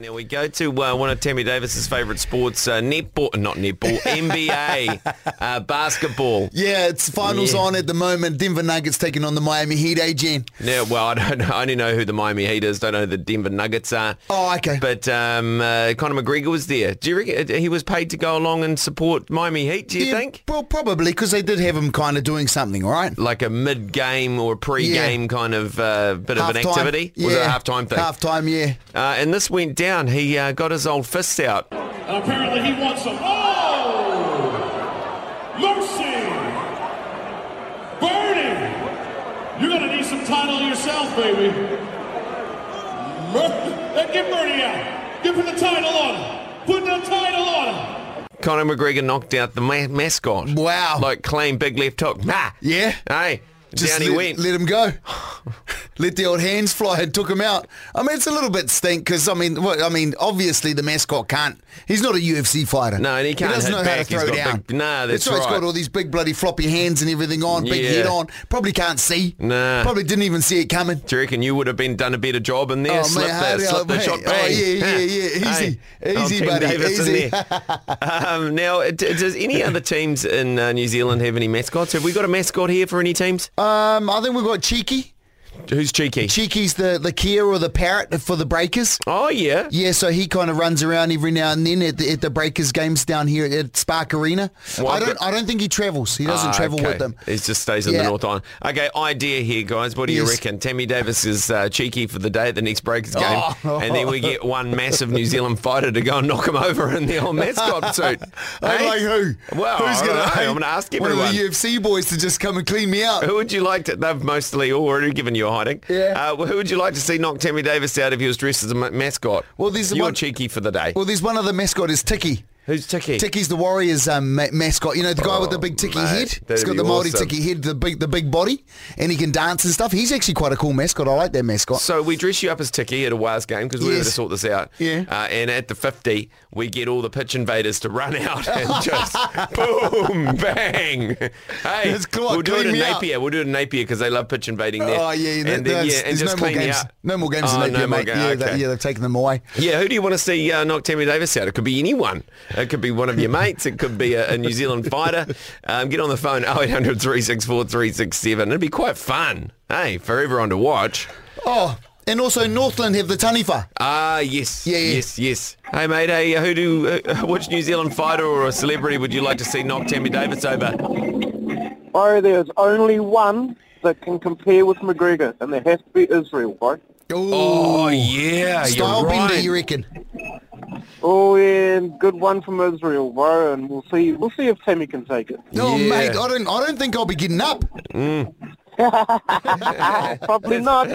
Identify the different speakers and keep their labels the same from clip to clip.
Speaker 1: Now we go to uh, one of Tammy Davis's favourite sports, uh, netball, not netball, NBA, uh, basketball.
Speaker 2: Yeah, it's finals
Speaker 1: Yeah.
Speaker 2: on at the moment. Denver Nuggets taking on the Miami Heat. Agent.
Speaker 1: Now, well, I don't know. I only know who the Miami Heat is. Don't know who the Denver Nuggets are.
Speaker 2: Oh, okay.
Speaker 1: But um, uh, Conor McGregor was there. Do you reckon uh, he was paid to go along and support Miami Heat? Do you
Speaker 2: Yeah,
Speaker 1: think?
Speaker 2: Well, probably because they did have him kind of doing something, all right?
Speaker 1: Like a mid-game or pre-game kind of uh, bit of an
Speaker 2: Halftime.
Speaker 1: activity? Was it a halftime thing?
Speaker 2: Halftime, yeah.
Speaker 1: uh, and this went down. He uh, got his old fist out.
Speaker 3: And apparently he wants some. Oh! Mercy! Bernie! You're gonna need some title yourself, baby. Mer- Hey, get Bernie out. Give him the title on him. Put the title on him.
Speaker 1: Conor McGregor knocked out the ma- mascot.
Speaker 2: Wow. Ah,
Speaker 1: Like clean big left hook. Nah.
Speaker 2: Yeah.
Speaker 1: Hey. down he
Speaker 2: let,
Speaker 1: went.
Speaker 2: let him go. let the old hands fly and took him out. I mean, it's a little bit stink because, I mean, what, I mean, obviously the mascot can't. He's not a UFC fighter.
Speaker 1: No, and he can't
Speaker 2: He doesn't
Speaker 1: hit
Speaker 2: know
Speaker 1: back.
Speaker 2: how to
Speaker 1: He's
Speaker 2: throw
Speaker 1: got
Speaker 2: down.
Speaker 1: big- Nah, that's
Speaker 2: why He's
Speaker 1: right.
Speaker 2: got all these big bloody floppy hands and everything on, big
Speaker 1: Yeah.
Speaker 2: head on. Probably can't see.
Speaker 1: Nah.
Speaker 2: Probably didn't even see it coming.
Speaker 1: Do you reckon you would have been done a better job in there?
Speaker 2: Oh,
Speaker 1: slip
Speaker 2: mate,
Speaker 1: the,
Speaker 2: hurry
Speaker 1: slip
Speaker 2: up,
Speaker 1: the
Speaker 2: mate.
Speaker 1: shot.
Speaker 2: Oh,
Speaker 1: bang.
Speaker 2: yeah, yeah,
Speaker 1: Huh.
Speaker 2: yeah. Easy.
Speaker 1: Hey.
Speaker 2: Easy,
Speaker 1: Team
Speaker 2: buddy.
Speaker 1: Davis in
Speaker 2: Easy.
Speaker 1: there. um, now, d- does any other teams in uh, New Zealand have any mascots? Have we got a mascot here for any teams?
Speaker 2: Um, I think we've got Cheeky.
Speaker 1: Who's cheeky?
Speaker 2: Cheeky's the, the Kia or the parrot for the Breakers.
Speaker 1: oh, yeah.
Speaker 2: Yeah, so he kind of runs around every now and then at the, at the Breakers games down here at Spark Arena.
Speaker 1: Well,
Speaker 2: I
Speaker 1: I've
Speaker 2: don't
Speaker 1: got-
Speaker 2: I don't think he travels. He doesn't
Speaker 1: Ah,
Speaker 2: travel
Speaker 1: okay.
Speaker 2: with them.
Speaker 1: He just stays in the
Speaker 2: Yeah.
Speaker 1: North Island. Okay, idea here, guys. What do you
Speaker 2: Yes.
Speaker 1: reckon? Tammy Davis is uh, cheeky for the day at the next Breakers game,
Speaker 2: Oh.
Speaker 1: and then we get one massive New Zealand fighter to go and knock him over in the old mascot suit.
Speaker 2: I'm
Speaker 1: Hey?
Speaker 2: like who?
Speaker 1: Well,
Speaker 2: Who's
Speaker 1: I don't
Speaker 2: gonna?
Speaker 1: know.
Speaker 2: hey,
Speaker 1: I'm going to ask
Speaker 2: One
Speaker 1: everyone.
Speaker 2: of the UFC boys to just come and clean me out.
Speaker 1: Who would you like to? They've mostly already given you a hiding.
Speaker 2: Yeah.
Speaker 1: Uh, who would you like to see knock Tammy Davis out if he was dressed as a ma- mascot?
Speaker 2: Well, there's the
Speaker 1: you're
Speaker 2: one-
Speaker 1: cheeky for the day.
Speaker 2: Well, there's one other mascot is Tiki.
Speaker 1: Who's Tiki?
Speaker 2: Tiki's the Warriors um, ma- mascot. You know the guy with the
Speaker 1: Oh,
Speaker 2: big Tiki
Speaker 1: mate,
Speaker 2: head.
Speaker 1: that'd
Speaker 2: He's got
Speaker 1: be
Speaker 2: the Maori
Speaker 1: awesome.
Speaker 2: Tiki head, the big the big body, and he can dance and stuff. He's actually quite a cool mascot. I like that mascot.
Speaker 1: So we dress you up as Tiki at a Waz game because we were
Speaker 2: Yes.
Speaker 1: going to sort this out.
Speaker 2: Yeah.
Speaker 1: Uh, and at the 50, we get all the pitch invaders to run out and just boom, bang. Hey,
Speaker 2: It's cool,
Speaker 1: we'll do it
Speaker 2: clean
Speaker 1: in
Speaker 2: me up.
Speaker 1: Napier. We'll do it in Napier because they love pitch invading there.
Speaker 2: Oh yeah, yeah,
Speaker 1: and then,
Speaker 2: that's-
Speaker 1: yeah, and
Speaker 2: there's
Speaker 1: just
Speaker 2: no more
Speaker 1: clean me
Speaker 2: games.
Speaker 1: up.
Speaker 2: No more games
Speaker 1: oh,
Speaker 2: in Napier,
Speaker 1: no more
Speaker 2: mate.
Speaker 1: ga-
Speaker 2: yeah,
Speaker 1: okay.
Speaker 2: they, yeah, they've taken them away.
Speaker 1: Yeah, who do you want to see uh, knock Tammy Davis out? It could be anyone. It could be one of your mates. It could be a, a New Zealand fighter. Um, get on the phone 0800 364 367. It'd be quite fun, hey, for everyone to watch.
Speaker 2: Oh, and also Northland have the Tanifa.
Speaker 1: Ah, yes,
Speaker 2: Yeah, yeah.
Speaker 1: yes, yes. Hey, mate, hey, who do, uh, which New Zealand fighter or a celebrity would you like to see knock Tammy Davis over?
Speaker 4: Oh, there's only one that can compare with McGregor, and there has to be Israel, right?
Speaker 1: Oh, yeah,
Speaker 2: Style
Speaker 1: you're
Speaker 2: bender,
Speaker 1: right.
Speaker 2: you reckon?
Speaker 4: Oh, yeah, good one from Israel, bro, and we'll see. We'll see if Tammy can take it.
Speaker 2: No,
Speaker 1: Yeah.
Speaker 2: mate, I don't. I don't think I'll be getting up.
Speaker 4: Probably not.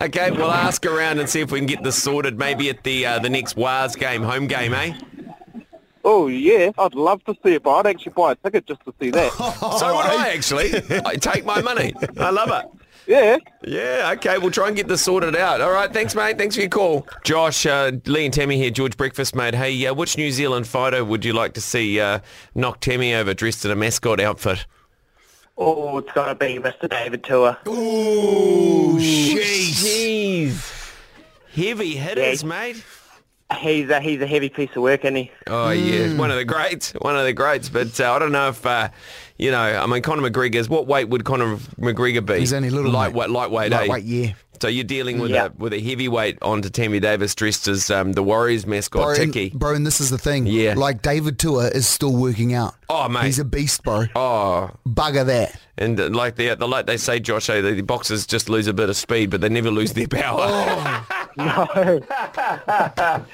Speaker 1: okay, we'll ask around and see if we can get this sorted maybe at the uh, the next Waz game, home game, eh?
Speaker 4: Oh, yeah, I'd love to see it, but I'd actually buy a ticket just to see that.
Speaker 2: Oh,
Speaker 1: So would I, actually. I take my money. I love it.
Speaker 4: yeah.
Speaker 1: Yeah, okay, we'll try and get this sorted out. All right, thanks, mate. Thanks for your call. Josh, uh, Lee and Tammy here, George Breakfast, mate. Hey, uh, which New Zealand fighter would you like to see uh, knock Tammy over dressed in a mascot outfit?
Speaker 5: Oh, it's got to be Mr. David Tour.
Speaker 2: Jeez.
Speaker 1: Jeez. Heavy hitters,
Speaker 5: Yeah.
Speaker 1: mate.
Speaker 5: He's a, he's a heavy piece of work, isn't he?
Speaker 1: Oh, yeah, one of the greats. One of the greats. But uh, I don't know if, uh, you know, I mean, Conor McGregor's, what weight would Conor McGregor be?
Speaker 2: He's only little, mate.
Speaker 1: Lightweight, lightweight, eh?
Speaker 2: Lightweight, yeah.
Speaker 1: So you're dealing with
Speaker 5: Yeah.
Speaker 1: a with a heavyweight onto Tammy Davis dressed as um, the Warriors mascot,
Speaker 2: Bro,
Speaker 1: Tiki.
Speaker 2: and, bro, and this is the thing.
Speaker 1: Yeah.
Speaker 2: Like David Tua is still working out.
Speaker 1: Oh, mate.
Speaker 2: He's a beast, bro.
Speaker 1: Oh,
Speaker 2: Bugger that.
Speaker 1: and uh, like the, the like they say, Josh, eh, the, the boxers just lose a bit of speed, but they never lose their power.
Speaker 2: Oh, How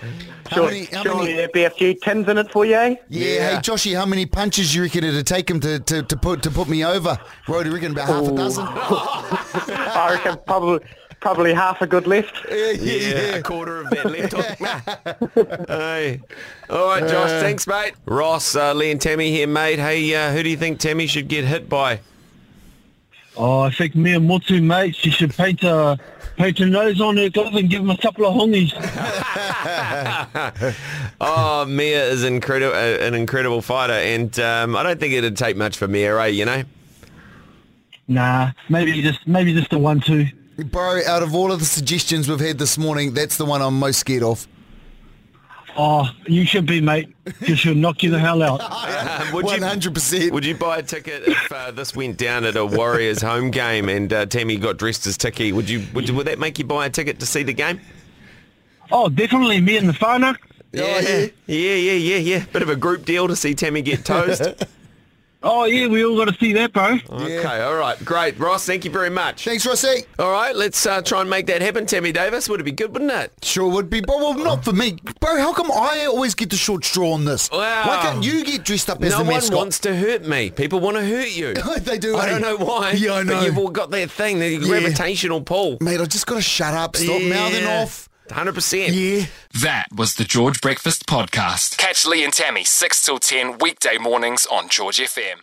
Speaker 2: many, how
Speaker 5: Surely
Speaker 2: many,
Speaker 5: there'd be a few tins in it for you, eh?
Speaker 2: yeah, hey Joshy, how many punches you reckon it'd take him to, to, to put to put me over? Bro, do you reckon about half a dozen?
Speaker 1: Oh.
Speaker 5: I reckon probably probably half a good left.
Speaker 1: yeah, a quarter of that left hook. hey. All right, Josh,
Speaker 2: Uh,
Speaker 1: thanks, mate. Ross, uh, Lee, and Tammy here, mate. Hey, uh, who do you think Tammy should get hit by?
Speaker 6: Oh, I think me and Motu, mate, she should paint a paint her nose on her glove and give him a couple of hongies.
Speaker 1: Oh, Mia is incredible, uh, an incredible fighter, and um, I don't think it'd take much for Mia, eh? You know.
Speaker 6: Nah, maybe just maybe just a one two.
Speaker 2: Bro, out of all of the suggestions we've had this morning, that's the one I'm most scared of.
Speaker 6: Oh, you should be, mate, because she'll knock you the hell out.
Speaker 1: Um, would
Speaker 2: One
Speaker 1: you
Speaker 2: hundred percent.
Speaker 1: would you buy a ticket if uh, this went down at a Warriors home game and uh, Tammy got dressed as Tiki? Would you would you, would that make you buy a ticket to see the game?
Speaker 6: Oh, definitely me and the whānau.
Speaker 1: yeah, yeah, yeah, yeah, yeah. Bit of a group deal to see Tammy get toast.
Speaker 6: Oh, yeah, we all got to see that, bro.
Speaker 1: Okay, all right, great, Ross. Thank you very much.
Speaker 2: Thanks, Rossi.
Speaker 1: All right, let's uh, try and make that happen. Tammy Davis would it be good, wouldn't it?
Speaker 2: Sure would be, but well, not for me, bro. How come I always get the short straw on this?
Speaker 1: Wow.
Speaker 2: Why can't you get dressed up as
Speaker 1: no
Speaker 2: the
Speaker 1: one
Speaker 2: mascot?
Speaker 1: wants to hurt me. People want to hurt you.
Speaker 2: they do.
Speaker 1: I
Speaker 2: eh?
Speaker 1: don't know why.
Speaker 2: Yeah, I know.
Speaker 1: But you've all got that thing, the gravitational pull.
Speaker 2: Mate, I just got to shut up. Stop mouthing off.
Speaker 1: 100%.
Speaker 2: Yeah.
Speaker 7: That was the George Breakfast Podcast. Catch Lee and Tammy 6 till 10 weekday mornings on George FM.